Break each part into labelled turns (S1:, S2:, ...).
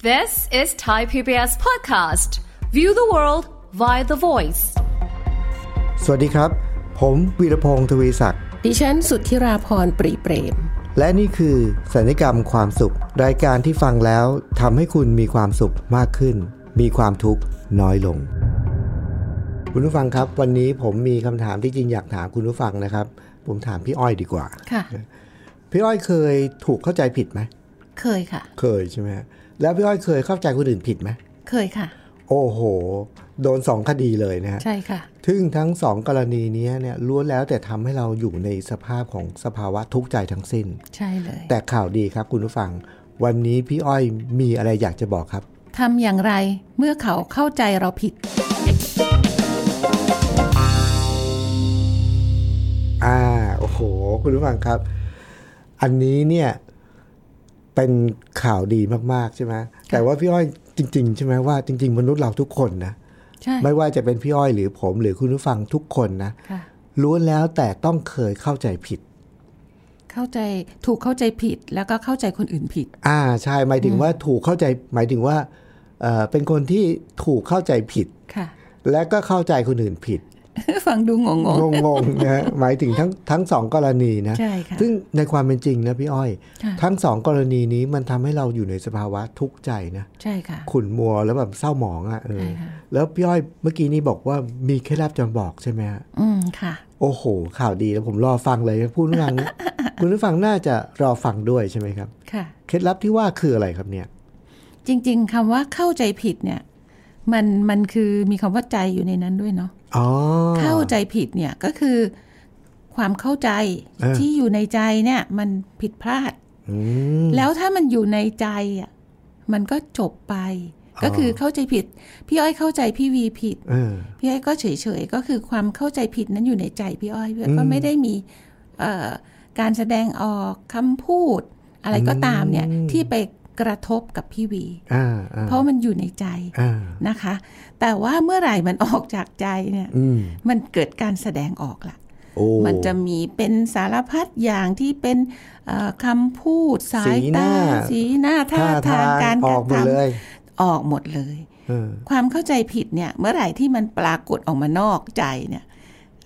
S1: This is Thai PBS podcast. View the world via the voice.
S2: สวัสดีครับ ผมวีรพงศ์ทวีศักดิ์
S3: ดิฉันสุทธิราพรปรีเปรม
S2: และนี่คือสัญญกรรมความสุข รายการที่ฟังแล้วทำให้คุณมีความสุขมากขึ้น มีความทุกข์น้อยลง คุณผู้ฟังครับ วันนี้ผมมีคำถามที่จริงอยากถามคุณผู้ฟังนะครับ ผมถามพี่อ้อยดีกว่า
S3: ค่ะ
S2: พี่อ้อยเคยถูกเข้าใจผิดไหม
S3: เคยค่ะ
S2: เคยใช่ไหมฮะแล้วพี่อ้อยเคยเข้าใจคนอื่นผิดไหม
S3: เคยค่ะ
S2: โอ้โห โดนสองคดีเลยนะฮะ
S3: ใช่ค่ะ
S2: ซึ่งทั้งสองกรณีเนี้ยเนี่ยล้วนแล้วแต่ทำให้เราอยู่ในสภาพของสภาวะทุกข์ใจทั้งสิ้น
S3: ใช่เลย
S2: แต่ข่าวดีครับคุณผู้ฟัง วันนี้พี่อ้อยมีอะไรอยากจะบอกครับ
S3: ทำอย่างไรเมื่อเขาเข้าใจเราผิด
S2: อ่าโอ้โห คุณผู้ฟังครับ อันนี้เนี่ยเป็นข่าวดีมากๆใช่ไหมแต่ว่าพี่อ้อยจริง ๆ ใช่ไหมว่าจริง ๆ มนุษย์เราทุกคนนะ
S3: ใช่
S2: ไม่ว่าจะเป็นพี่อ้อยหรือผมหรือคุณผู้ฟังทุกคนนะ
S3: ค่ะ
S2: ล้วนแล้วแต่ต้องเคยเข้าใจผิด
S3: เข้าใจถูกเข้าใจผิดแล้วก็เข้าใจคนอื่นผิด
S2: อ่าใช่หมายถึงว่าถูกเข้าใจหมายถึงว่าเอ่อเป็นคนที่ถูกเข้าใจผิด
S3: ค่ะ
S2: และก็เข้าใจคนอื่นผิด
S3: ฟังดูงง
S2: งงงๆนะ ฮะหมายถึงทั้งทั้งสองกรณีนะ
S3: ๆ ใช่ค่ะ
S2: ซึ่งในความเป็นจริงนะพี่อ้อย
S3: ค่ะ
S2: ทั้งสองกรณีนี้มันทำให้เราอยู่ในสภาวะทุกข์ใจนะ
S3: ใช่ค่ะ
S2: ขุ่นมัวแล้วแบบเศร้าหมองอะ่ะเออ
S3: ใช่ค่ะ
S2: แล้วพี่อ้อยเมื่อกี้นี้บอกว่ามีเคล็ดลับจะบอกใช่ไหมฮะ
S3: อืมค่ะ
S2: โอ้โห ข่าวดีแล้วผมรอฟังเลยผู้ฟั ง คุณผู้ฟังน่าจะรอฟังด้วยใช่ไหมครับ
S3: ค่ะ
S2: เคล็ดลับที่ว่าคืออะไรครับเนี่ย
S3: จริง ๆคำว่าเข้าใจผิดเนี่ย มันมันคือมีคำว่าใจอยู่ในนั้นด้วยเนาะ
S2: อ๋อ
S3: เข้าใจผิดเนี่ยก็คือ ความเข้าใจ
S2: เออ
S3: ที่อยู่ในใจเนี่ย มันผิดพลาด
S2: อืม
S3: แล้วถ้ามันอยู่ในใจอ่ะมันก็จบไป ก็คือเข้าใจผิด พี่อ้อยเข้าใจพี่วีผิด
S2: เออ
S3: พี่อ้อยก็เฉยๆก็คือความเข้าใจผิดนั้นอยู่ในใจพี่อ้อยพี่อ้อยก็ไม่ได้มีเอ่อการแสดงออกคำพูด อะไรก็ตามเนี่ย
S2: อืม
S3: ที่ไปกระทบกับพี่วี
S2: อ่าอ่า
S3: เพราะมันอยู่ในใจ
S2: อ่า
S3: นะคะ แต่ว่าเมื่อไหร่มันออกจากใจเนี่ย
S2: อืม
S3: มันเกิดการแสดงออกละ
S2: โอ้
S3: มันจะมีเป็นสารพัดอย่างที่เป็นเอ่อคำพูดสายตาสีหน้าท่าทางการ
S2: อก อ
S3: ระ
S2: กหมด
S3: ทำ
S2: เลย
S3: ออกหมดเลย
S2: เออ
S3: ความเข้าใจผิดเนี่ย เมื่อไหร่ที่มันปรากฏออกมานอกใจเนี่ย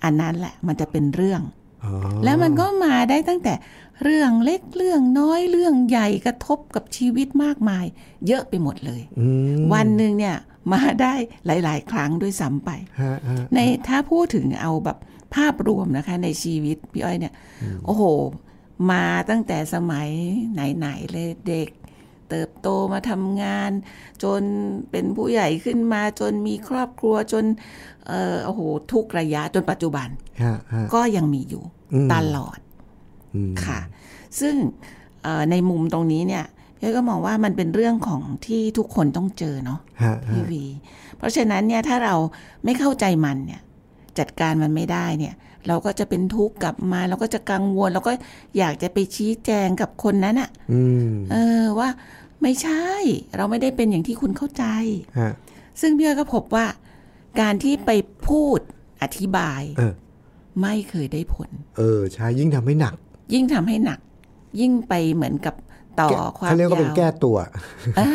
S3: อันนั้นแหละมันจะเป็นเรื่อง
S2: อ๋อ
S3: แล้วมันก็มาได้ตั้งแต่เรื่องเล็กเรื่องน้อยเรื่องใหญ่กระทบกับชีวิตมากมาย เยอะไปหมดเลย
S2: อืม
S3: วันหนึ่งเนี่ยมาได้หลาย ๆ ครั้งด้วยซ้ำไป
S2: ฮะฮะ
S3: ในถ้าพูดถึงเอาแบบภาพรวมนะคะ ในชีวิตพี่อ้อยเนี่ย โอ้โห มาตั้งแต่สมัยไหน ๆ เลยเด็ก เติบโตมาทำงาน จนเป็นผู้ใหญ่ขึ้นมาจนมีครอบครัวจนเออโอ้โห ทุกระยะจนปัจจุบัน
S2: ฮะฮะ
S3: ก็ยังมีอยู่
S2: อืม
S3: ตลอด
S2: อืม
S3: ค่ะ ซึ่งเอ่อในมุมตรงนี้เนี่ยพี่อ้อยก็มองว่ามันเป็นเรื่องของที่ทุกคนต้องเจอเนาะ
S2: ฮะฮะ
S3: ทีวี เพราะฉะนั้นเนี่ยถ้าเราไม่เข้าใจมันเนี่ย จัดการมันไม่ได้เนี่ย เราก็จะเป็นทุกข์กลับมาเราก็จะกังวลเราก็อยากจะไปชี้แจงกับคนนั้นอะ
S2: อืม
S3: เออว่าไม่ใช่เราไม่ได้เป็นอย่างที่คุณเข้าใจ
S2: ฮะ
S3: ซึ่งพี่อ้อยก็พบว่า การที่ไปพูดอธิบาย
S2: เออ
S3: ไม่เคยได้ผล
S2: เออใช่ยิ่งทำให้หนัก
S3: ยิ่งทำให้หนัก ยิ่งไปเหมือนกับต่อ
S2: แก้
S3: ความ
S2: เขาเรียกว่าเป็น
S3: ยาว
S2: แก้ตัว
S3: อ่า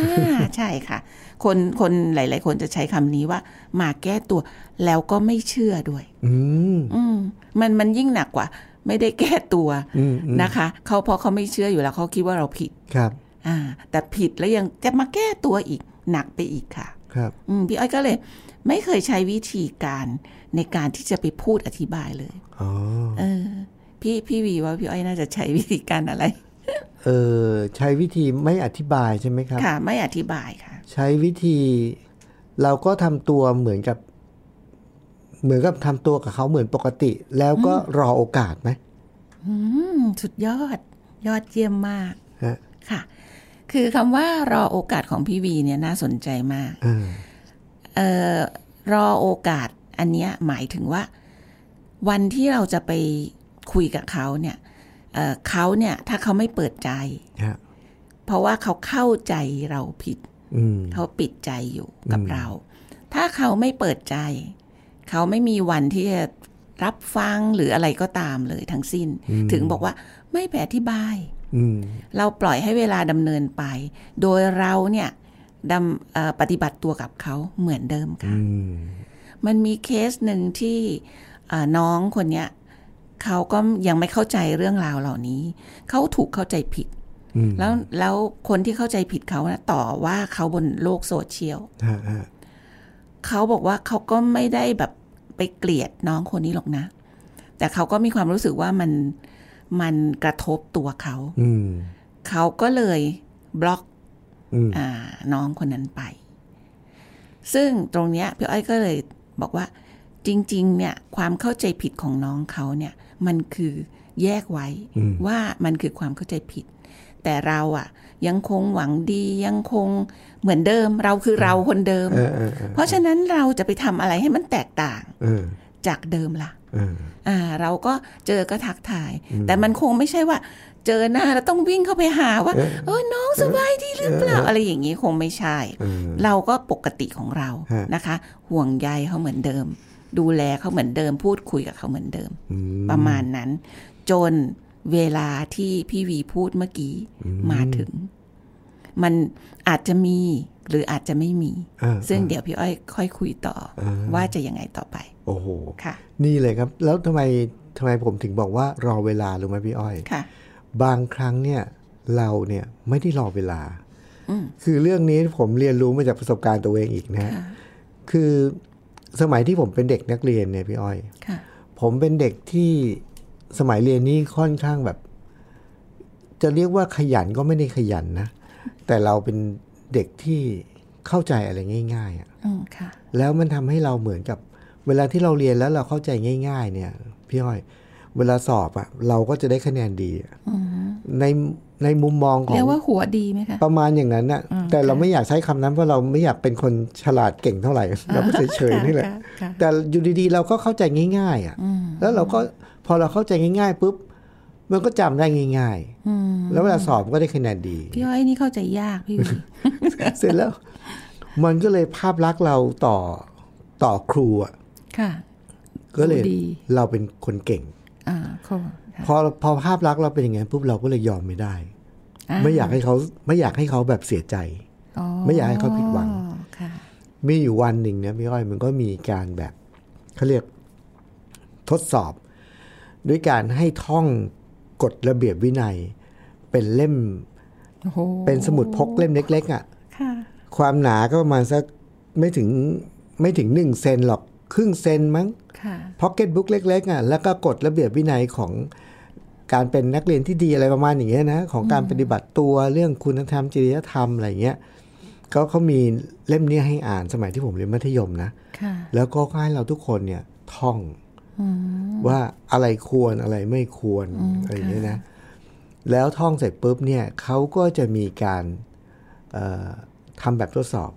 S3: ใช่ค่ะ คนคนหลาย ๆ คนจะใช้คำนี้ว่า มาแก้ตัวแล้วก็ไม่เชื่อด้วย
S2: อืม
S3: อืมมันมันยิ่งหนักกว่า ไม่ได้แก้ตัว
S2: อืมอืม
S3: นะคะเขาเพราะเขาไม่เชื่ออยู่แล้วเขาคิดว่าเราผิด
S2: ครับ
S3: อ่า แต่ผิดแล้วยังจะมาแก้ตัวอีกหนักไปอีกค่ะ
S2: ครับ
S3: อืมพี่อ้อยก็เลย ไม่เคยใช้วิธีการในการที่จะไปพูดอธิบายเลย
S2: อ๋อ
S3: เออ พี่พี่วีว่าพี่อ้อยน่าจะใช้วิธีการอะไร
S2: เออใช้วิธีไม่อธิบายใช่ไหมครับ
S3: ค่ะ ไม่อธิบายค่ะ
S2: ใช้วิธี เราก็ทำตัวเหมือนกับ เหมือนกับทำตัวกับเขาเหมือนปกติ แล้วก็รอโอกาสไหม
S3: อืมสุดยอดยอดเยี่ยมมาก
S2: ฮะ
S3: ค่ะ คือคำว่ารอโอกาสของพี่วีเนี่ยน่าสนใจมาก
S2: อ่า
S3: เอ่อรอโอกาสอันเนี้ยหมายถึงว่า วันที่เราจะไปคุยกับเขาเนี่ยเอ่อเขาเนี่ยถ้าเขาไม่เปิดใจ
S2: ฮะ
S3: เพราะว่าเขาเข้าใจเราผิด
S2: อืม
S3: เขาปิดใจอยู่กับเรา ถ้าเขาไม่เปิดใจ เขาไม่มีวันที่จะรับฟังหรืออะไรก็ตามเลยทั้งสิ้น
S2: อืม
S3: ถึงบอกว่าไม่ไปอธิบาย
S2: อืม
S3: เราปล่อยให้เวลาดำเนินไป โดยเราเนี่ย ดำเอ่อปฏิบัติตัวกับเขาเหมือนเดิมค่ะ
S2: อืม
S3: มันมีเคสหนึ่งที่อ่าน้องคนเนี้ยเขาก็ยังไม่เข้าใจเรื่องราวเหล่านี้ เขาถูกเข้าใจผิด
S2: อืม
S3: แล้วแล้วคนที่เข้าใจผิดเขานะต่อว่าเขาบนโลกโซเชียล
S2: ฮะฮะ
S3: เขาบอกว่าเขาก็ไม่ได้แบบไปเกลียดน้องคนนี้หรอกนะ แต่เขาก็มีความรู้สึกว่ามันมันกระทบตัวเขา
S2: อืม
S3: เขาก็เลยบล็อก
S2: อืม
S3: อ่าน้องคนนั้นไป ซึ่งตรงเนี้ยพี่อ้อยก็เลยบอกว่า จริง ๆ เนี่ย ความเข้าใจผิดของน้องเขาเนี่ย มันคือแยกไว้ว่ามันคือความเข้าใจผิด แต่เราอะยังคงหวังดียังคงเหมือนเดิม เราคือเราคนเดิม
S2: เออเออเออ
S3: เพราะฉะนั้นเราจะไปทำอะไรให้มันแตกต่าง
S2: เออ
S3: จากเดิมล่ะ
S2: เออ
S3: อ่าเราก็เจอก็ทักทาย แต่มันคงไม่ใช่ว่า เจอหน้าแล้วต้องวิ่งเข้าไปหาว่า
S2: เออ
S3: เออน้องสบายดีหรือเปล่าอะไรอย่างนี้คงไม่ใช่
S2: เออ
S3: เราก็ปกติของเรา
S2: ฮะ
S3: นะคะ ห่วงใยเขาเหมือนเดิม ดูแลเขาเหมือนเดิม พูดคุยกับเขาเหมือนเดิม
S2: อืม
S3: ประมาณนั้น จนเวลาที่พี่วีพูดเมื่อกี้มาถึง มันอาจจะมีหรืออาจจะไม่มี
S2: เออ
S3: ซึ่งเดี๋ยวพี่อ้อยค่อยคุยต่ออว่าจะยังไงต่อไป
S2: โอ้โห
S3: ค่ะ
S2: นี่เลยครับ แล้วทำไมทำไมผมถึงบอกว่ารอเวลารู้ไหมพี่อ้อย
S3: ค่ะ
S2: บางครั้งเนี่ยเราเนี่ยไม่ได้รอเวลา คือเรื่องนี้ผมเรียนรู้มาจากประสบการณ์ตัวเองอีกนะฮะคือสมัยที่ผมเป็นเด็กนักเรียนเนี่ยพี่อ้อย
S3: ค่ะ
S2: ผมเป็นเด็กที่สมัยเรียนนี่ค่อนข้างแบบ จะเรียกว่าขยันก็ไม่ได้ขยันนะ แต่เราเป็นเด็กที่เข้าใจอะไรง่ายๆอะ
S3: อืมค่ะ
S2: แล้วมันทำให้เราเหมือนกับ เวลาที่เราเรียนแล้วเราเข้าใจง่าย ๆ เนี่ย พี่อ้อย เวลาสอบอะเราก็จะได้คะแนนดีอะในในมุมมองของ
S3: เรียกว่าหัวดีไหมคะ
S2: ประมาณอย่างนั้นน่ะ แต่เราไม่อยากใช้คำนั้นเพราะเราไม่อยากเป็นคนฉลาดเก่ง เท่าไหร่ เราก็เฉยๆนี่แหละ
S3: ค่ะค่ะ
S2: แต่อยู่ดีๆ เราก็เข้าใจง่าย ๆอะแล้วเราก็พอเราเข้าใจง่ายๆปุ๊บมันก็จำได้ง่าย
S3: อืม
S2: ๆ แล้วเวลาสอบก็ได้คะแนนดี
S3: พี่อ้อยนี่เข้าใจยาก พี่วี
S2: เสร็จแล้ว มันก็เลยภาพลักษณ์เราต่อต่อครูอะ
S3: ค่ะ
S2: ก็เลย
S3: ดูดี
S2: เราเป็นคนเก่ง
S3: อ่าค่ะ
S2: พอพอภาพลักษณ์เราเป็นอย่างนั้นปุ๊บเราก็เลยยอมไม่ได้
S3: อ่
S2: ไม่อยากให้เขาไม่อยากให้เขาแบบเสียใจ ไม่อยากให้เขาผิดหวัง
S3: ค่ะ
S2: มีอยู่วันหนึ่งนะพี่อ้อยมันก็มีการแบบเขาเรียกทดสอบ ด้วยการให้ท่องกฎระเบียบวินัย เป็นเล่ม
S3: โอ้โห
S2: เป็นสมุดพกเล่มเล็ก ๆ อ่ะ
S3: ค่ะ
S2: ความหนาก็ประมาณสักไม่ถึงไม่ถึงหนึ่งเซนหรอกครึ่งเซนมั้ง
S3: ค่ะ
S2: พ็อกเก็ตบุ๊กเล็กๆอ่ะแล้วก็กฎระเบียบวินัยของการเป็นนักเรียนที่ดีอะไรประมาณอย่างเงี้ยนะ ของการปฏิบัติตัวเรื่องคุณธรรมจริยธรรมอะไรเงี้ยก็เขามีเล่มเนี้ยให้อ่านสมัยที่ผมเรียนมัธยมนะ
S3: ค่ะ
S2: แล้วก็ให้เราทุกคนเนี่ยท่องว่าอะไรควรอะไรไม่ควรอะไรอย่างเงี้ยนะ แล้วท่องเสร็จปุ๊บเนี่ยเขาก็จะมีการเอ่อทำแบบทดสอบ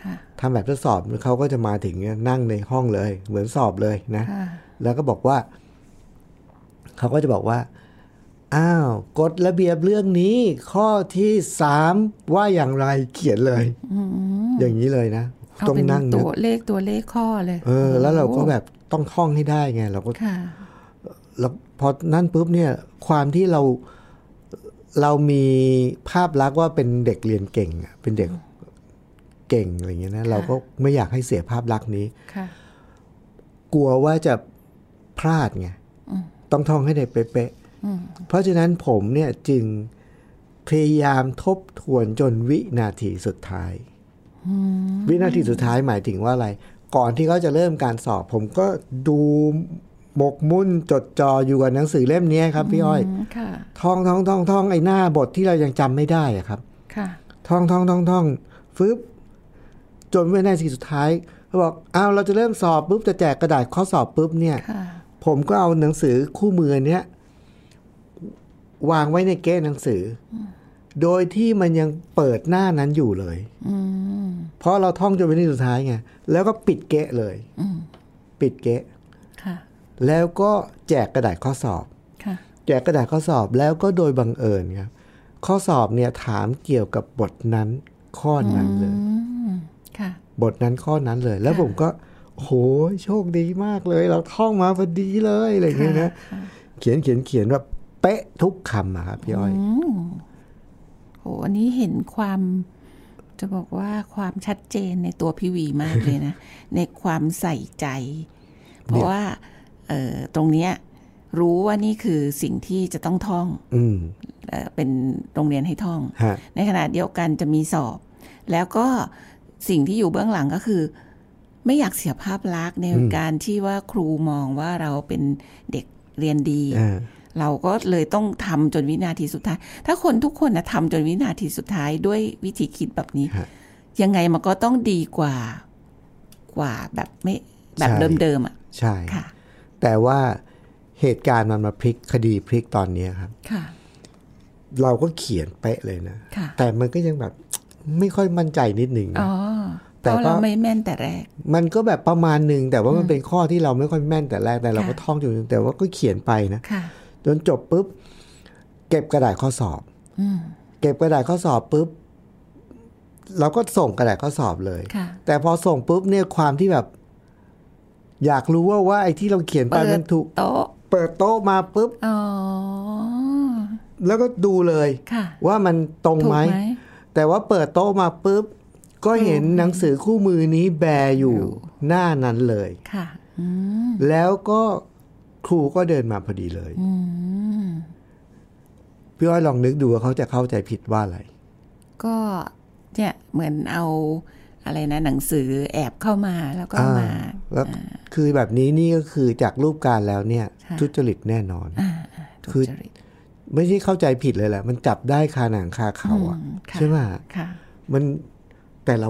S3: ค่ะ
S2: ทำแบบทดสอบเขาก็จะมาถึงเนี่ยนั่งในห้องเลย เหมือนสอบเลยนะ
S3: ค่ะ
S2: แล้วก็บอกว่า เขาก็จะบอกว่า อ้าวกฎระเบียบเรื่องนี้ ข้อที่สามว่าอย่างไรเขียนเลย อย่างนี้เลยนะ
S3: เอา
S2: ต้อง
S3: เป็น
S2: นั่ง
S3: ตั
S2: นะ
S3: วเลขตัวเลขข้อเลย
S2: เออ แล้วเราก็
S3: โอ้โห
S2: แบบต้องท่องให้ได้ไงเราก็
S3: ค่ะ
S2: แล้วพอนั่นปุ๊บเนี่ย ความที่เราเรามีภาพลักษณ์ว่าเป็นเด็กเรียนเก่งอะเป็นเด็กเก่งอะไรอย่างเงี้ยนะเราก็ไม่อยากให้เสียภาพลักษณ์นี้
S3: ค่ะ
S2: กลัวว่าจะพลาดไงต้องท่องให้ได้เป๊ะๆเพราะฉะนั้นผมเนี่ยจึงพยายามทบทวนจนวินาทีสุดท้ายวินาทีสุดท้ายหมายถึงว่าอะไร ก่อนที่เขาจะเริ่มการสอบ ผมก็ดูหมกมุ่นจดจ่ออยู่กับหนังสือเล่มเนี้ยครับพี่อ้อย
S3: อืมค่ะ
S2: ท่องท่องท่องท่องไอ้หน้าบทที่เรายังจำไม่ได้อะครับ
S3: ค่ะ
S2: ท่องท่องท่องท่องฟึบจนวินาทีสุดท้ายเขาบอกอ้าวเราจะเริ่มสอบปุ๊บจะแจกกระดาษข้อสอบปุ๊บเนี่ย
S3: ค่ะ
S2: ผมก็เอาหนังสือคู่มือเนี้ยวางไว้ในแก้หนังสืออโดยที่มันยังเปิดหน้านั้นอยู่เลย
S3: อืม
S2: เพราะเราท่องจนวินาทีสุดท้ายไงแล้วก็ปิดเกะเลย ปิดเกะ
S3: ค่ะ
S2: แล้วก็แจกกระดาษข้อสอบ
S3: ค่ะ
S2: แจกกระดาษข้อสอบแล้วก็โดยบังเอิญครับ ข้อสอบเนี่ยถามเกี่ยวกับบทนั้นข้อนั้นเลย
S3: อืม ค่ะ
S2: บทนั้นข้อนั้นเลย แล้วผมก็ โอ้โหโชคดีมากเลย เราท่องมาพอดีเลยอะไรอย่างเงี้ยนะเขียนเขียนเขียนแบบเป๊ะทุกคำอะครับพี่อ้อย
S3: โอ้โหอันนี้เห็นความ จะบอกว่าความชัดเจนในตัวพี่วีมากเลยนะ ในความใส่ใจ เพราะว่าเอ่อตรงเนี้ยรู้ว่านี่คือสิ่งที่จะต้องท่อง
S2: อืม
S3: เอ่อเป็นโรงเรียนให้ท่อง
S2: ฮะ
S3: ในขณะเดียวกันจะมีสอบ แล้วก็สิ่งที่อยู่เบื้องหลังก็คือ ไม่อยากเสียภาพลักษณ์ในการที่ว่าครูมองว่าเราเป็นเด็กเรียนดี
S2: อ่า
S3: เราก็เลยต้องทำจนวินาทีสุดท้าย ถ้าคนทุกคนนะทำจนวินาทีสุดท้ายด้วยวิธีคิดแบบนี้
S2: ฮะ
S3: ยังไงมันก็ต้องดีกว่า กว่าแบบไม่แบบ
S2: ใช่
S3: เดิมๆอ่ะ
S2: ใช่
S3: ค่ะ
S2: แต่ว่าเหตุการณ์มันมาพลิกคดีพลิกตอนเนี้ยครับ
S3: ค่ะ
S2: เราก็เขียนเป๊ะเลยนะ
S3: ค่ะ
S2: แต่มันก็ยังแบบ ไม่ค่อยมั่นใจนิดหนึ่งนะ
S3: อ๋อ
S2: แต่
S3: แต่
S2: ก็
S3: เราไม่แม่นแต่แรก
S2: มันก็แบบประมาณหนึ่งแต่ว่ามันเป็นข้อที่เราไม่ค่อยแม่นแต่แรกแต่เราก็
S3: ค่ะ
S2: ท่องอยู่แต่ว่าก็เขียนไปนะ
S3: ค่ะ
S2: จนจบปุ๊บ เก็บกระดาษข้อสอบ
S3: อืม
S2: เก็บกระดาษข้อสอบปุ๊บ เราก็ส่งกระดาษข้อสอบเลย
S3: ค่ะ
S2: แต่พอส่งปุ๊บเนี่ยความที่แบบ อยากรู้ว่าว่าไอ้ที่เราเขียนไป
S3: เปิด
S2: มันถูก
S3: โต๊ะ
S2: เปิดโต๊ะมาปุ๊บ
S3: อ๋อ
S2: แล้วก็ดูเลย
S3: ค่ะ
S2: ว่ามันตรง
S3: ถูก
S2: ไหม
S3: ไหม
S2: แต่ว่าเปิดโต๊ะมาปุ๊บ ก็เห็นหนังสือคู่มือนี้แบอยู่หน้านั้นเลย
S3: ค่ะ อืม
S2: แล้วก็ครูก็เดินมาพอดีเลย
S3: อืม
S2: พี่อ้อยลองนึกดูว่าเขาจะเข้าใจผิดว่าอะไร
S3: ก็เนี่ยเหมือนเอาอะไรนะ หนังสือแอบเข้ามาแล้วก็
S2: อ่า
S3: มา
S2: แล้วคือแบบนี้นี่ก็คือจากรูปการณ์แล้วเนี่ย
S3: ใช่
S2: ทุจริตแน่นอน
S3: อ่าอ่าทุ
S2: คือ
S3: จริต
S2: ไม่ใช่เข้าใจผิดเลยแหละ มันจับได้คาหนังคาเขาอ่ะ
S3: อืค่ะ
S2: ใช่ไหม
S3: ค่ะ
S2: มันแต่เรา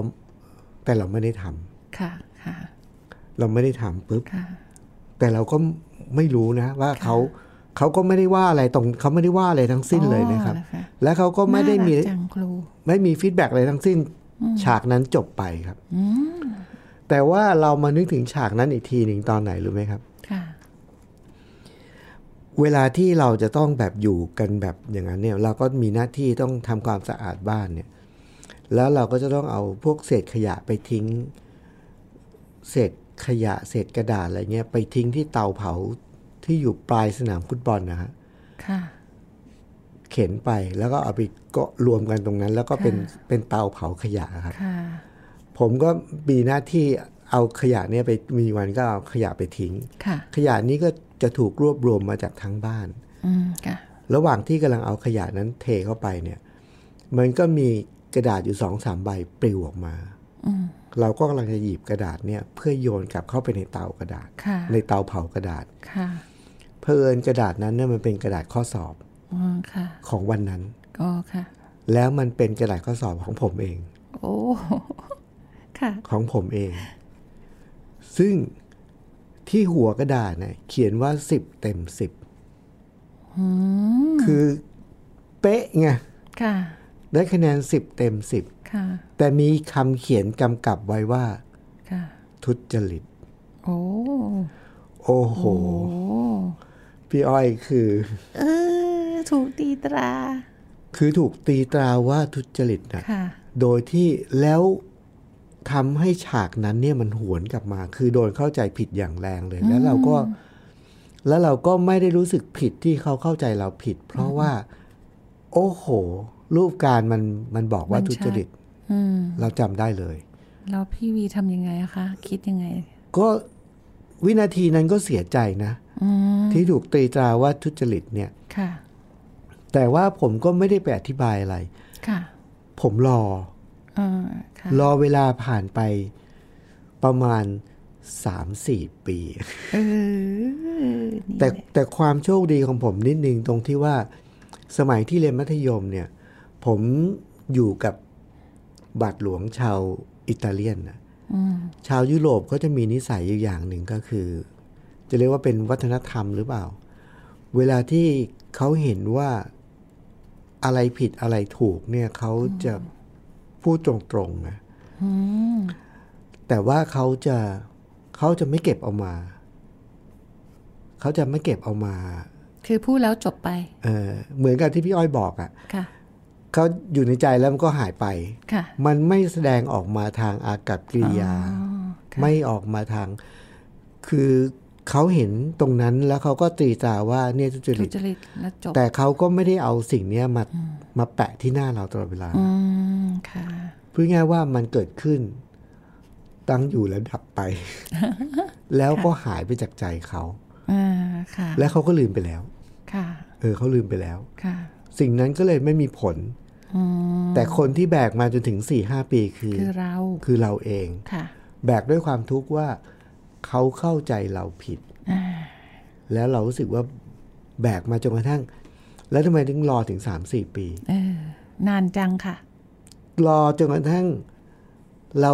S2: แต่เราไม่ได้ทำ
S3: ค่ะค่ะ
S2: เราไม่ได้ทำปุ๊บ
S3: ค่ะ
S2: แต่เราก็ไม่รู้นะ ว่าเขาเขาก็ไม่ได้ว่าอะไรตรงเขาไม่ได้ว่าอะไรทั้งสิ้นเลยนะครับ
S3: อ๋อเหรอคะ
S2: และเขาก็ไม่ได้มี
S3: น่ารักจังครู
S2: ไม่มีฟีดแบ็กอะไรทั้งสิ้น ฉากนั้นจบไปครับ แต่ว่าเรามานึกถึงฉากนั้นอีกทีหนึ่งตอนไหนรู้ไหมครับ
S3: ค่ะ
S2: เวลาที่เราจะต้องแบบอยู่กันแบบอย่างนั้นเนี่ย เราก็มีหน้าที่ต้องทำความสะอาดบ้านเนี่ย แล้วเราก็จะต้องเอาพวกเศษขยะไปทิ้ง เศษขยะเศษกระดาษอะไรเงี้ยไปทิ้งที่เตาเผาที่อยู่ปลายสนามฟุตบอลนะฮะ
S3: ค่ะ
S2: เข็นไปแล้วก็เอาไปก็รวมกันตรงนั้น แล้วก็เป็นเป็นเตาเผาขยะครับ
S3: ค่ะ
S2: ผมก็มีหน้าที่เอาขยะเนี่ยไปมีวันก็เอาขยะไปทิ้ง
S3: ค่ะ
S2: ขยะนี้ก็จะถูกรวบรวมมาจากทั้งบ้าน
S3: อืม ค่ะ
S2: ระหว่างที่กำลังเอาขยะนั้นเทเข้าไปเนี่ย มันก็มีกระดาษอยู่สองสามใบปลิวออกมาเราก็กำลังจะหยิบกระดาษเนี่ยเพื่อโยนกลับเข้าไปในเตากระดาษ
S3: ค่ะ
S2: ในเตาเผากระดาษ
S3: ค่ะ
S2: เพลินกระดาษนั้นเนี่ยมันเป็นกระดาษข้อสอบ
S3: อ๋อค่ะ
S2: ของวันนั้น
S3: ก็ค่ะ
S2: แล้วมันเป็นกระดาษข้อสอบของผมเอง
S3: โอ้ ค่ะ
S2: ของผมเอง ซึ่งที่หัวกระดาษเนี่ยเขียนว่าสิบเต็มสิบคือเป๊ะไง
S3: ค่ะ
S2: ได้คะแนนสิบเต็มสิบ
S3: ค่ะ
S2: แต่มีคำเขียนกำกับไว้ว่า
S3: ค่ะ
S2: ทุจริต
S3: โอ้
S2: โอ้โห
S3: โอ้
S2: พี่อ้อยคือ
S3: เออ ถูกตีตรา
S2: คือถูกตีตราว่าทุจริตนะ
S3: ค่ะ
S2: โดยที่แล้วทำให้ฉากนั้นเนี่ยมันหวนกลับมา คือโดนเข้าใจผิดอย่างแรงเลย แล้วเราก็ แล้วเราก็ไม่ได้รู้สึกผิดที่เขาเข้าใจเราผิด เพราะว่า โอ้โห รูปการมันมันบอกว่า
S3: มัน
S2: ทุ
S3: ชัด
S2: จริต
S3: อืม
S2: เราจำได้เลย
S3: แล้วพี่วีทำยังไงอะคะ คิดยังไง
S2: ก็วินาทีนั้นก็เสียใจนะ
S3: อืม
S2: ที่ถูกตีตราว่าทุจริตเนี่ย
S3: ค่ะ
S2: แต่ว่าผมก็ไม่ได้ไปอธิบายอะไร
S3: ค่ะ
S2: ผมรอ
S3: อ่า ค่ะ
S2: รอเวลาผ่านไปประมาณ 3-4 ปี
S3: เออ นี่
S2: แต่แต่ความโชคดีของผมนิดนึงตรงที่ว่าสมัยที่เรียนมัธยมเนี่ย ผมอยู่กับบัตรหลวงชาวอิตาเลียนนะ
S3: อืม
S2: ชาวยุโรปก็จะมีนิสัยอยู่อย่างหนึ่งก็คือ จะเรียกว่าเป็นวัฒนธรรมหรือเปล่า เวลาที่เขาเห็นว่าอะไรผิดอะไรถูกเนี่ยเขาจะพูดตรงๆนะ
S3: อืม
S2: แต่ว่าเขาจะเขาจะไม่เก็บเอามา เขาจะไม่เก็บเอามา
S3: คือพูดแล้วจบไป
S2: เอ่อเหมือนกับที่พี่อ้อยบอกอะ่ะ
S3: ค่ะ
S2: เขาอยู่ในใจแล้วมันก็หายไป
S3: ค่ะ
S2: มันไม่แสดงออกมาทางอากับกิริยา
S3: อ๋อ
S2: ไม่ออกมาทาง คือเขาเห็นตรงนั้นแล้วเขาก็ตรีตราว่าเนี่ยทุจ
S3: ทุ
S2: ริต
S3: จริตแล้วจบ
S2: แต่เขาก็ไม่ได้เอาสิ่งเนี้ยมามาแปะที่หน้าเราตลอดเวลา
S3: อืม ค่ะ
S2: พูดง่ายๆว่ามันเกิดขึ้น ตั้งอยู่แล้วดับ ไป แล้วก็หายไปจากใจเขา
S3: อ่าค่ะ
S2: และเขาก็ลืมไปแล้ว
S3: ค่ะ
S2: เออเขาลืมไปแล้ว
S3: ค่ะ
S2: สิ่งนั้นก็เลยไม่มีผล
S3: อืม
S2: แต่คนที่แบกมาจนถึง4ี่ห้าปีคือ
S3: คือเรา
S2: คือเราเอง
S3: ค่ะ
S2: แบกด้วยความทุกข์ว่าเขาเข้าใจเราผิด แล้วเรารู้สึกว่าแบกมาจนกระทั่ง แล้วทำไมถึงรอถึงสามสี่ปี
S3: เออ นานจังค่ะ
S2: รอจนกระทั่ง เรา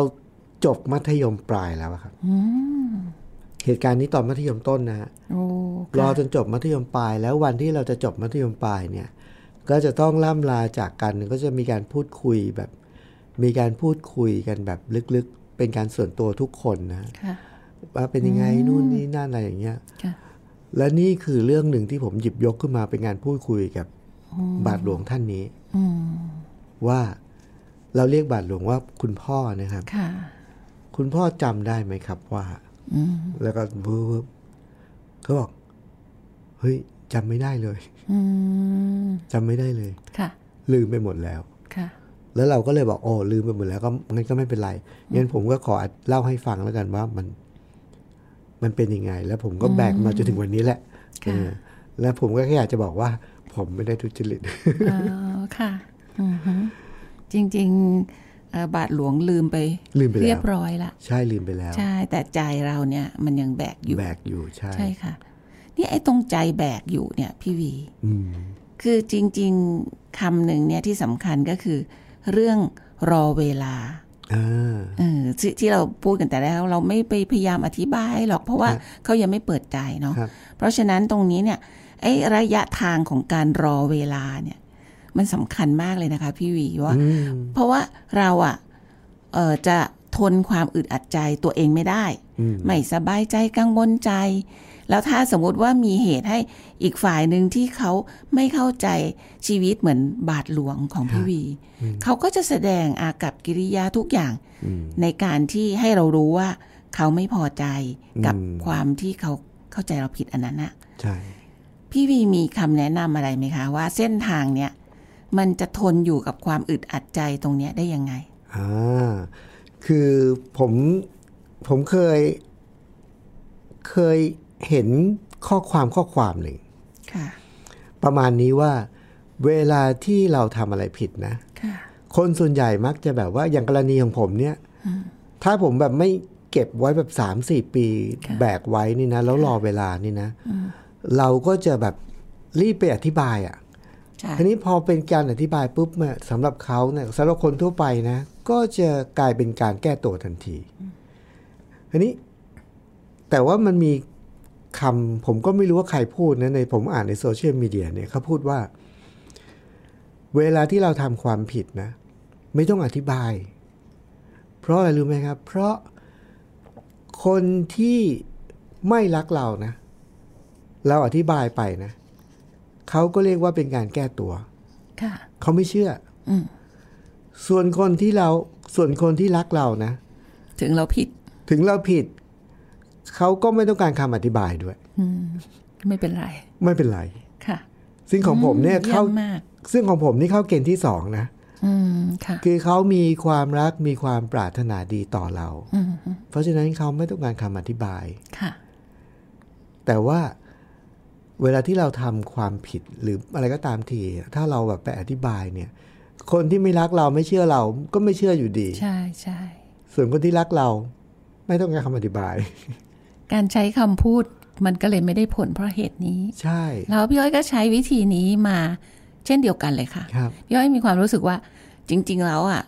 S2: จบมัธยมปลายแล้วอะครับ
S3: อืม
S2: เหตุการณ์นี้ตอนมัธยมต้นนะฮะ
S3: โอ้
S2: รอ
S3: ค่ะ
S2: จนจบมัธยมปลาย แล้ววันที่เราจะจบมัธยมปลายเนี่ย ก็จะต้องล่ำลาจากกันก็จะมีการพูดคุยแบบ มีการพูดคุยกันแบบลึกๆ เป็นการส่วนตัวทุกคนนะ
S3: ค่ะ
S2: ว่าเป็นยังไงนู่นนี่นั่นอะไรอย่างเงี้ย
S3: ค่ะ
S2: และนี่คือเรื่องหนึ่งที่ผมหยิบยกขึ้นมาเป็นงานพูดคุยกับบาทหลวงท่านนี้
S3: อืม
S2: ว่าเราเรียกบาทหลวงว่าคุณพ่อนะครับ
S3: ค่ะ
S2: คุณพ่อจำได้ไหมครับว่า
S3: อืม
S2: แล้วก็เวิร์บเขาบอก เฮ้ยจำไม่ได้เลย
S3: อืม
S2: จำไม่ได้เลย
S3: ค่ะ
S2: ลืมไปหมดแล้ว
S3: ค่ะ
S2: แล้วเราก็เลยบอกโอ้ลืมไปหมดแล้วก็งั้นก็ไม่เป็นไรงั้นผมก็ขอเล่าให้ฟังแล้วกันว่ามัน มันเป็นยังไง แล้วผมก็แบกมาจนถึงวันนี้แหละ
S3: ค่ะ
S2: เออแล้วผมก็แค่อยากจะบอกว่า ผมไม่ได้ทุจริต
S3: อ๋อค่ะอือฮึจริงๆเอ่อบาทหลวงลืมไป
S2: ลืมไปแล้ว
S3: เรียบร้อยละ
S2: ใช่ลืมไปแล้ว
S3: ใช่ แต่ใจเราเนี่ยมันยังแบกอยู่
S2: แบกอยู่ใช่
S3: ใช่ค่ะ นี่ไอ้ตรงใจแบกอยู่เนี่ย พี่วี
S2: อืม
S3: คือจริง ๆคำหนึ่งเนี่ยที่สำคัญก็คือ เรื่องรอเวลา
S2: อ่า
S3: เออทที่เราพูดกันแต่แรกเราไม่ไปพยายามอธิบายหรอกเพราะว่าเขายังไม่เปิดใจเนาะ
S2: ครับ
S3: เพราะฉะนั้นตรงนี้เนี่ยไอ้ระยะทางของการรอเวลาเนี่ย มันสำคัญมากเลยนะคะ พี่วีว่า
S2: อืม
S3: เพราะว่าเราอะเอ่อจะทนความอึดอัดใจตัวเองไม่ได้
S2: อืม
S3: ไม่สบายใจกังวลใจ แล้วถ้าสมมติว่ามีเหตุให้อีกฝ่ายหนึ่งที่เขาไม่เข้าใจชีวิตเหมือนบาทหลวงของพี่วี เขาก็จะแสดงอากับกิริยาทุกอย่าง
S2: อืม
S3: ในการที่ให้เรารู้ว่าเขาไม่พอใจกับ
S2: อืม
S3: ความที่เขาเข้าใจเราผิดอันนั้นนะ
S2: ใช่
S3: พี่วีมีคำแนะนำอะไรไหมคะ ว่าเส้นทางเนี่ย มันจะทนอยู่กับความอึดอัดใจตรงเนี้ยได้ยังไง
S2: อ่าคือผมผมเคย เคยเห็นข้อความข้อความหนึ่ง
S3: ค่ะ
S2: ประมาณนี้ว่าเวลาที่เราทำอะไรผิดนะ
S3: ค่ะ
S2: คนส่วนใหญ่มักจะแบบว่าอย่างกรณีของผมเนี่ย ถ้าผมแบบไม่เก็บไว้แบบสามสี่ปีแบกไว้นี่นะ แล้วรอเวลานี่นะ เราก็จะแบบรีบไปอธิบายอะ่ะ
S3: ใช่
S2: ทีนี้พอเป็นการอธิบายปุ๊บเนี่ยสำหรับเขาเนี่ยสำหรับคนทั่วไปนะ ก็จะกลายเป็นการแก้ตัวทันทีทีนี้ แต่ว่ามันมีคำผมก็ไม่รู้ว่าใครพูดนะในผมอ่านในโซเชียลมีเดียเนี่ยเขาพูดว่า เวลาที่เราทำความผิดนะ ไม่ต้องอธิบาย เพราะอะไรรู้ไหมครับ เพราะคนที่ไม่รักเรานะ เราอธิบายไปนะ เขาก็เรียกว่าเป็นการแก้ตัว
S3: ค่ะ
S2: เขาไม่เชื่ออ
S3: ม
S2: ส่วนคนที่เราส่วนคนที่รักเรานะ
S3: ถึงเราผิด
S2: ถึงเราผิด เขาก็ไม่ต้องการคำอธิบายด้วย
S3: อืมไม่เป็นไร
S2: ไม่เป็นไร
S3: ค่ะ
S2: ซึ่งของผมเนี่ย
S3: เยี่ย
S2: เข้าม
S3: มาก
S2: ซึ่งของผมนี่เข้าเกณฑ์ที่สองนะ
S3: อืม ค่ะ
S2: คือเขามีความรักมีความปรารถนาดีต่อเรา
S3: อืม
S2: เพราะฉะนั้นเขาไม่ต้องการคำอธิบาย
S3: ค่ะ
S2: แต่ว่าเวลาที่เราทำความผิดหรืออะไรก็ตามที ถ้าเราแบบไปอธิบายเนี่ย คนที่ไม่รักเราไม่เชื่อเราก็ไม่เชื่ออยู่ดี
S3: ใช่ใช่
S2: ส่วนคนที่รักเรา ไม่ต้องการคำอธิบาย
S3: การใช้คำพูดมันก็เลยไม่ได้ผลเพราะเหตุนี้
S2: ใช่
S3: แล้วพี่อ้อยก็ใช้วิธีนี้มาเช่นเดียวกันเลยค่ะ
S2: ครับ
S3: พี่อ้อยมีความรู้สึกว่าจริง ๆ แล้วอ่ะ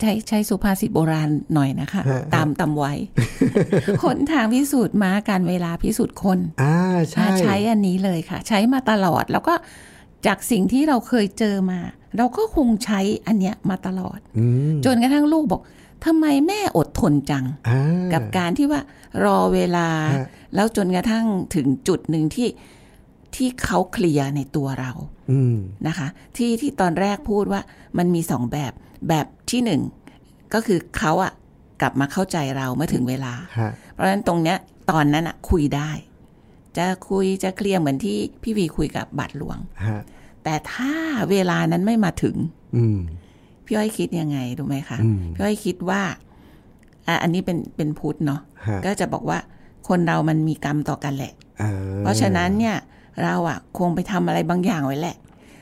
S3: ใช้ใช้สุภาษิตโบราณหน่อยนะคะ
S2: ฮะ
S3: ตามตำไว้ หนทางพิสูจน์มาการเวลาพิสูจน์คน
S2: อ่าใช่
S3: อ่ะใช้อันนี้เลยค่ะ ใช้มาตลอดแล้วก็จากสิ่งที่เราเคยเจอมา เราก็คงใช้อันเนี้ยมาตลอด
S2: อืม
S3: จนกระทั่งลูกบอกทำไมแม่อดทนจัง
S2: อ่า
S3: กับการที่ว่ารอเวลา
S2: ฮะ
S3: แล้วจนกระทั่งถึงจุดหนึ่งที่ที่เขาเคลียร์ในตัวเรา
S2: อืม
S3: นะคะที่ที่ตอนแรกพูดว่ามันมีสองแบบ แบบที่หนึ่งก็คือเขาอะกลับมาเข้าใจเราเมื่อถึงเวลา
S2: ฮะ
S3: เพราะฉะนั้นตรงเนี้ยตอนนั้นอะคุยได้ จะคุยจะเคลียร์เหมือนที่พี่วีคุยกับบาทหลวง
S2: ฮะ
S3: แต่ถ้าเวลานั้นไม่มาถึง
S2: อืม
S3: พี่อ้อยคิดยังไงรู้ไหมคะ
S2: อืม
S3: พี่อ้อยคิดว่าอ่ะอันนี้เป็นเป็นพุทธเนาะ
S2: ฮะ
S3: ก็จะบอกว่าคนเรามันมีกรรมต่อกันแหละ
S2: ออ
S3: เพราะฉะนั้นเนี่ยเราอะคงไปทำอะไรบางอย่างไว้แหละ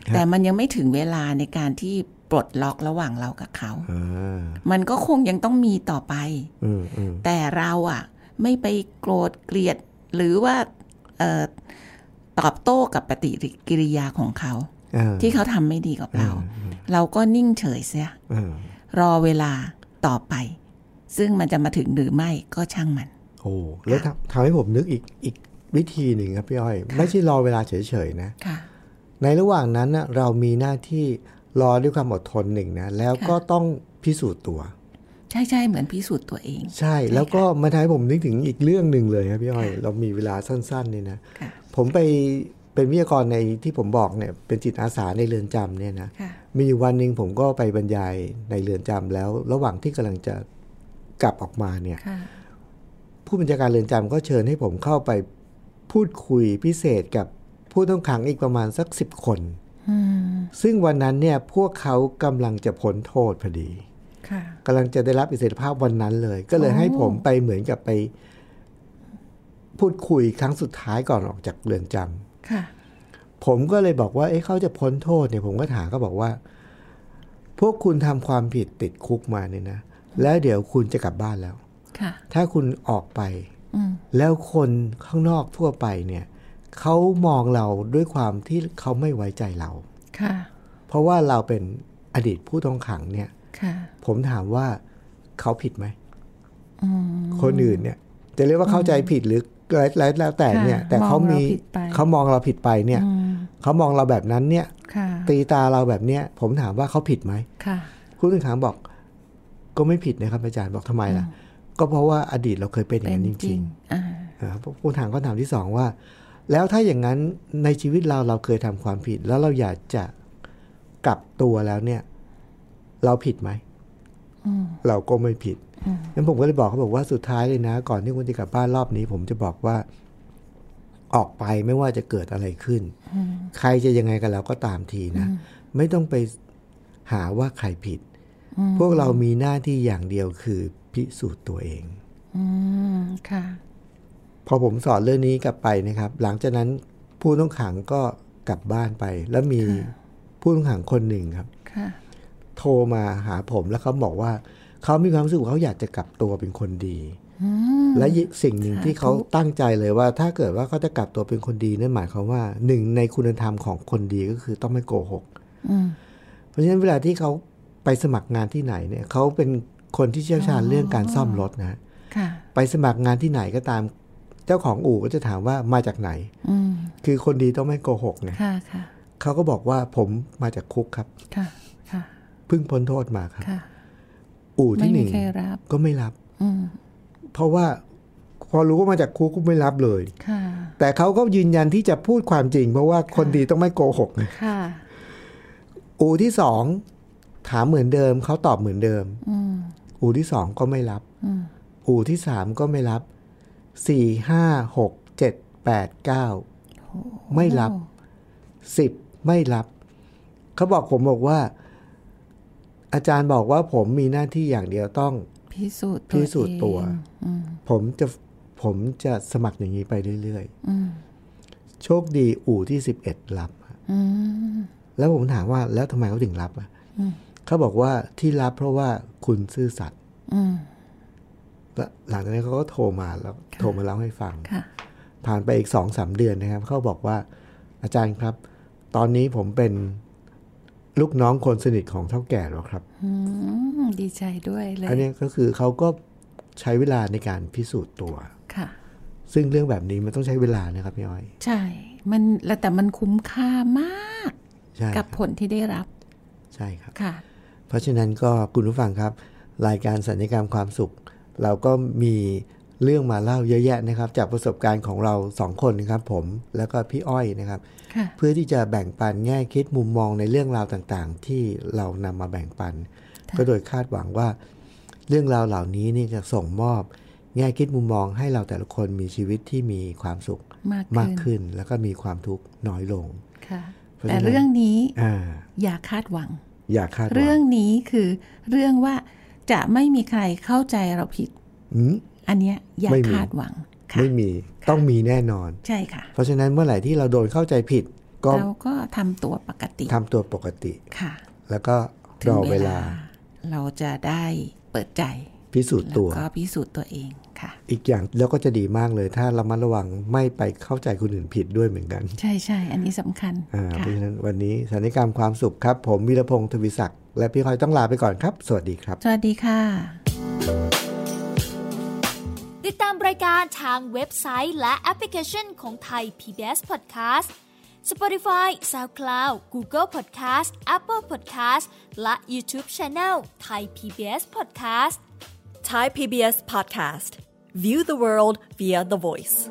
S2: ครับ
S3: แต่มันยังไม่ถึงเวลาในการที่ปลดล็อกระหว่างเรากับเขา
S2: อ่า
S3: มันก็คงยังต้องมีต่อไป
S2: อืมอืม
S3: แต่เราอะไม่ไปโกรธเกลียดหรือว่าเออตอบโต้กับปฏิกิริยาของเขา
S2: อ่า
S3: ที่เขาทำไม่ดีกับเรา เราก็นิ่งเฉยเสีย
S2: อ่าร
S3: อเวลาต่อไป ซึ่งมันจะมาถึงหรือไม่ก็ช่างมัน
S2: โอ้แล้วทำทำให้ผมนึกอีกอีกวิธีหนึ่งครับพี่อ้อย ไม่ใช่รอเวลาเฉยๆนะ
S3: ค่ะ
S2: ในระหว่างนั้นนะเรามีหน้าที่รอด้วยความอดทนหนึ่งนะ แล้วก็ต้องพิสูจน์ตัว
S3: ใช่ใช่เหมือนพิสูจน์ตัวเอง
S2: ใช่แล้วก็มาทำให้ผมนึกถึงอีกเรื่องหนึ่งเลยครับพี่อ้อย เรามีเวลาสั้นๆเนี่ยนะ
S3: ค่ะ
S2: ผมไปเป็นวิทยากรในที่ผมบอกเนี่ยเป็นจิตอาสาในเรือนจำเนี่ยนะ
S3: ค่ะ
S2: มีอยู่วันหนึ่งผมก็ไปบรรยายในเรือนจำแล้ว ระหว่างที่กำลังจะกลับออกมาเนี่ย
S3: ค่ะ
S2: ผู้บัญชาการเรือนจำก็เชิญให้ผมเข้าไปพูดคุยพิเศษกับผู้ต้องขังอีกประมาณสักสิบคน
S3: อืม
S2: ซึ่งวันนั้นเนี่ยพวกเขากำลังจะพ้นโทษพอดี
S3: ค่ะ
S2: กำลังจะได้รับอิสรภาพวันนั้นเลย ก็เลย
S3: โอ้
S2: ให้ผมไปเหมือนกับไป พูดคุยครั้งสุดท้ายก่อนออกจากเรือนจำ
S3: ค่ะ
S2: ผมก็เลยบอกว่า เอ๊ะเขาจะพ้นโทษเนี่ยผมก็ถามก็บอกว่า พวกคุณทำความผิดติดคุกมาเนี่ยนะ แล้วเดี๋ยวคุณจะกลับบ้านแล้ว
S3: ค่ะ
S2: ถ้าคุณออกไป
S3: อืม
S2: แล้วคนข้างนอกทั่วไปเนี่ยเขามองเราด้วยความที่เขาไม่ไว้ใจเรา
S3: ค่ะ
S2: เพราะว่าเราเป็นอดีตผู้ต้องขังเนี่ย
S3: ค่ะ
S2: ผมถามว่าเขาผิดไหมคนอื่นเนี่ย จะเรียกว่าเข้าใจผิดหรืออะไรแล้วแต่เนี่ย
S3: ค่ะ
S2: แต่เขา
S3: มองเรา
S2: มี
S3: ผิดไป
S2: เขามองเราผิดไปเนี่ย
S3: อืม
S2: เขามองเราแบบนั้นเนี่ย
S3: ค่ะ
S2: ตีตาเราแบบเนี้ย ผมถามว่าเขาผิดไหม
S3: ค่ะ
S2: คุณถึงถามบอก ก็ไม่ผิดนะครับอาจารย์บอกทำไมล่ะ ก็เพราะว่าอดีตเราเคยเป็นอย่างนั้นจริง
S3: อ่า
S2: ๆอ่าผู้ถามก็ถามที่สองว่า แล้วถ้าอย่างนั้นในชีวิตเราเราเคยทำความผิด แล้วเราอยากจะกลับตัวแล้วเนี่ย เราผิดไหมเราก็ไม่ผิดงั้นผมก็เลยบอกเขาบอกว่าสุดท้ายเลยนะ ก่อนที่คุณจะกลับบ้านรอบนี้ ผมจะบอกว่า ออกไปไม่ว่าจะเกิดอะไรขึ้น ใครจะยังไงกันเราก็ตามทีนะ ไม่ต้องไปหาว่าใครผิด พวกเรามีหน้าที่อย่างเดียวคือพิสูจน์ตัวเอง
S3: อืม ค่ะ
S2: พอผมสอนเรื่องนี้กลับไปนะครับ หลังจากนั้นผู้ต้องขังก็กลับบ้านไป แล้วมีผู้ต้องขังคนหนึ่งครับ
S3: ค่ะ
S2: โทรมาหาผมแล้วเขาบอกว่าเขามีความรู้สึกว่าเขาอยากจะกลับตัวเป็นคนดี
S3: อืม
S2: และสิ่งหนึ่งที่เขา
S3: สาธุ
S2: ตั้งใจเลยว่า ถ้าเกิดว่าเขาจะกลับตัวเป็นคนดีนั่นหมายความว่าหนึ่งในคุณธรรมของคนดีก็คือต้องไม่โกหก
S3: อืม
S2: เพราะฉะนั้นเวลาที่เขาไปสมัครงานที่ไหนเนี่ยเขาเป็นคนที่เชี่ยวชาญเรื่องการซ่อมรถนะ
S3: ค่ะ
S2: ไปสมัครงานที่ไหนก็ตาม เจ้าของอู่ก็จะถามว่ามาจากไหน
S3: อืม
S2: คือคนดีต้องไม่โกหกนะ
S3: ค่ะ ค่ะ
S2: เขาก็บอกว่าผมมาจากคุกครับ
S3: ค่ะ ค่ะ
S2: เพิ่งพ้นโทษมาครับ
S3: ค่ะ
S2: อู่
S3: ไม่
S2: ที่ห
S3: มี
S2: นึ่ง
S3: ใครรับ
S2: ก็ไม่รับ
S3: อืม
S2: เพราะว่าพอรู้ว่ามาจากคุกก็ไม่รับเลย
S3: ค่ะ
S2: แต่เขาก็ยืนยันที่จะพูดความจริง เพราะว่าคนดีต้องไม่โกหกนะ
S3: ค่ะ
S2: อู่ที่สองถามเหมือนเดิมเขาตอบเหมือนเดิม
S3: อืม
S2: อู่ที่สองก็ไม่รับ
S3: อืม
S2: อู่ที่สามก็ไม่รับสี่ห้าหกเจ็ดแปดเก้าไม่รับสิบไม่รับ เขาบอกผมบอกว่า อาจารย์บอกว่าผมมีหน้าที่อย่างเดียวต้อง
S3: พิสูจน์
S2: พิสูจน์ตัว
S3: เองอืม
S2: ผมจะผมจะสมัครอย่างนี้ไปเรื่อย
S3: อืม
S2: ๆ โชคดีอู่ที่สิบเอ็ดรับอะ
S3: อืม
S2: แล้วผมถามว่าแล้วทำไมเขาถึงรับอ่ะเขาบอกว่าที่รับเพราะว่าคุณซื่อสัตย์
S3: อืม
S2: และหลังจากนั้นเขาก็โทรมาแล้วโทรมาเล่าให้ฟัง
S3: ค่ะ
S2: ผ่านไปอีกสองสามเดือนนะครับเขาบอกว่าอาจารย์ครับ ตอนนี้ผมเป็นลูกน้องคนสนิทของเท่าแก่แล้วครับ
S3: อืม ดีใจด้วยเลย
S2: อันเนี้ยก็คือเขาก็ใช้เวลาในการพิสูจน์ตัว
S3: ค่ะ
S2: ซึ่งเรื่องแบบนี้มันต้องใช้เวลานะครับพี่อ้อย
S3: ใช่ มันแล้วแต่มันคุ้มค่ามาก
S2: ใช่ค
S3: กั
S2: รั
S3: บบ ผลที่ได้รับ
S2: ใช่ครับ
S3: ค่ะ
S2: เพราะฉะนั้นก็คุณผู้ฟังครับ รายการสัญญกรรมความสุข เราก็มีเรื่องมาเล่าเยอะแยะนะครับ จากประสบการณ์ของเราสองคนนะครับ ผมแล้วก็พี่อ้อยนะครับ
S3: ค่ะ
S2: เพื่อที่จะแบ่งปันแง่คิดมุมมองในเรื่องราวต่างๆ ที่เรานำมาแบ่งปัน ก็โดยคาดหวังว่า เรื่องราวเหล่านี้นี่จะส่งมอบ แง่คิดมุมมองให้เราแต่ละคนมีชีวิตที่มีความสุข
S3: มาก
S2: มาก
S3: ขึ้น
S2: ขึ้น แล้วก็มีความทุกข์น้อยลง
S3: ค่ะ
S2: เพราะฉะนั้น
S3: แต่เรื่องนี้
S2: อ่า
S3: อย่าคาดหวัง
S2: อย่าคาดหวั
S3: เรื่อง งนี้คือเรื่องว่าจะไม่มีใครเข้าใจเราผิด
S2: อืม
S3: อันเนี้ยอย่า
S2: ไม่มี
S3: คาดหวังค่ะ
S2: ไม่มีต้องมีแน่นอน
S3: ใช่ค่ะ
S2: เพราะฉะนั้นเมื่อไหร่ที่เราโดนเข้าใจผิด ก็
S3: เราก็ทำตัวปกติ
S2: ทำตัวปกติ
S3: ค่ะ
S2: แล้วก็
S3: ถึ
S2: รง อ
S3: เว
S2: เว
S3: ลา
S2: ลา
S3: เราจะได้เปิดใจ
S2: พิสูจน์
S3: แล้
S2: ตัว ว
S3: ก็พิสูจน์ตัวเองค่ะ
S2: อีกอย่างแล้วก็จะดีมากเลย ถ้าระมัดระวังไม่ไปเข้าใจคนอื่นผิดด้วยเหมือนกัน
S3: ใช่ใช่อันนี้สำคัญ
S2: อ่าเพ
S3: ค่ะ
S2: ราะฉะนั้นวันนี้สันนิกรรมความสุขครับ ผมวีรพงศ์ทวิศักดิ์และพี่คอยต้องลาไปก่อนครับ สวัสดีครับ
S3: สวัสดีค่ะ
S4: ติดตามรายการทางเว็บไซต์และแอปพลิเคชันของไทย PBS Podcast Spotify SoundCloud Google Podcast Apple Podcast และ YouTube Channel Thai PBS Podcast
S5: Thai PBS podcast. View the world via the voice.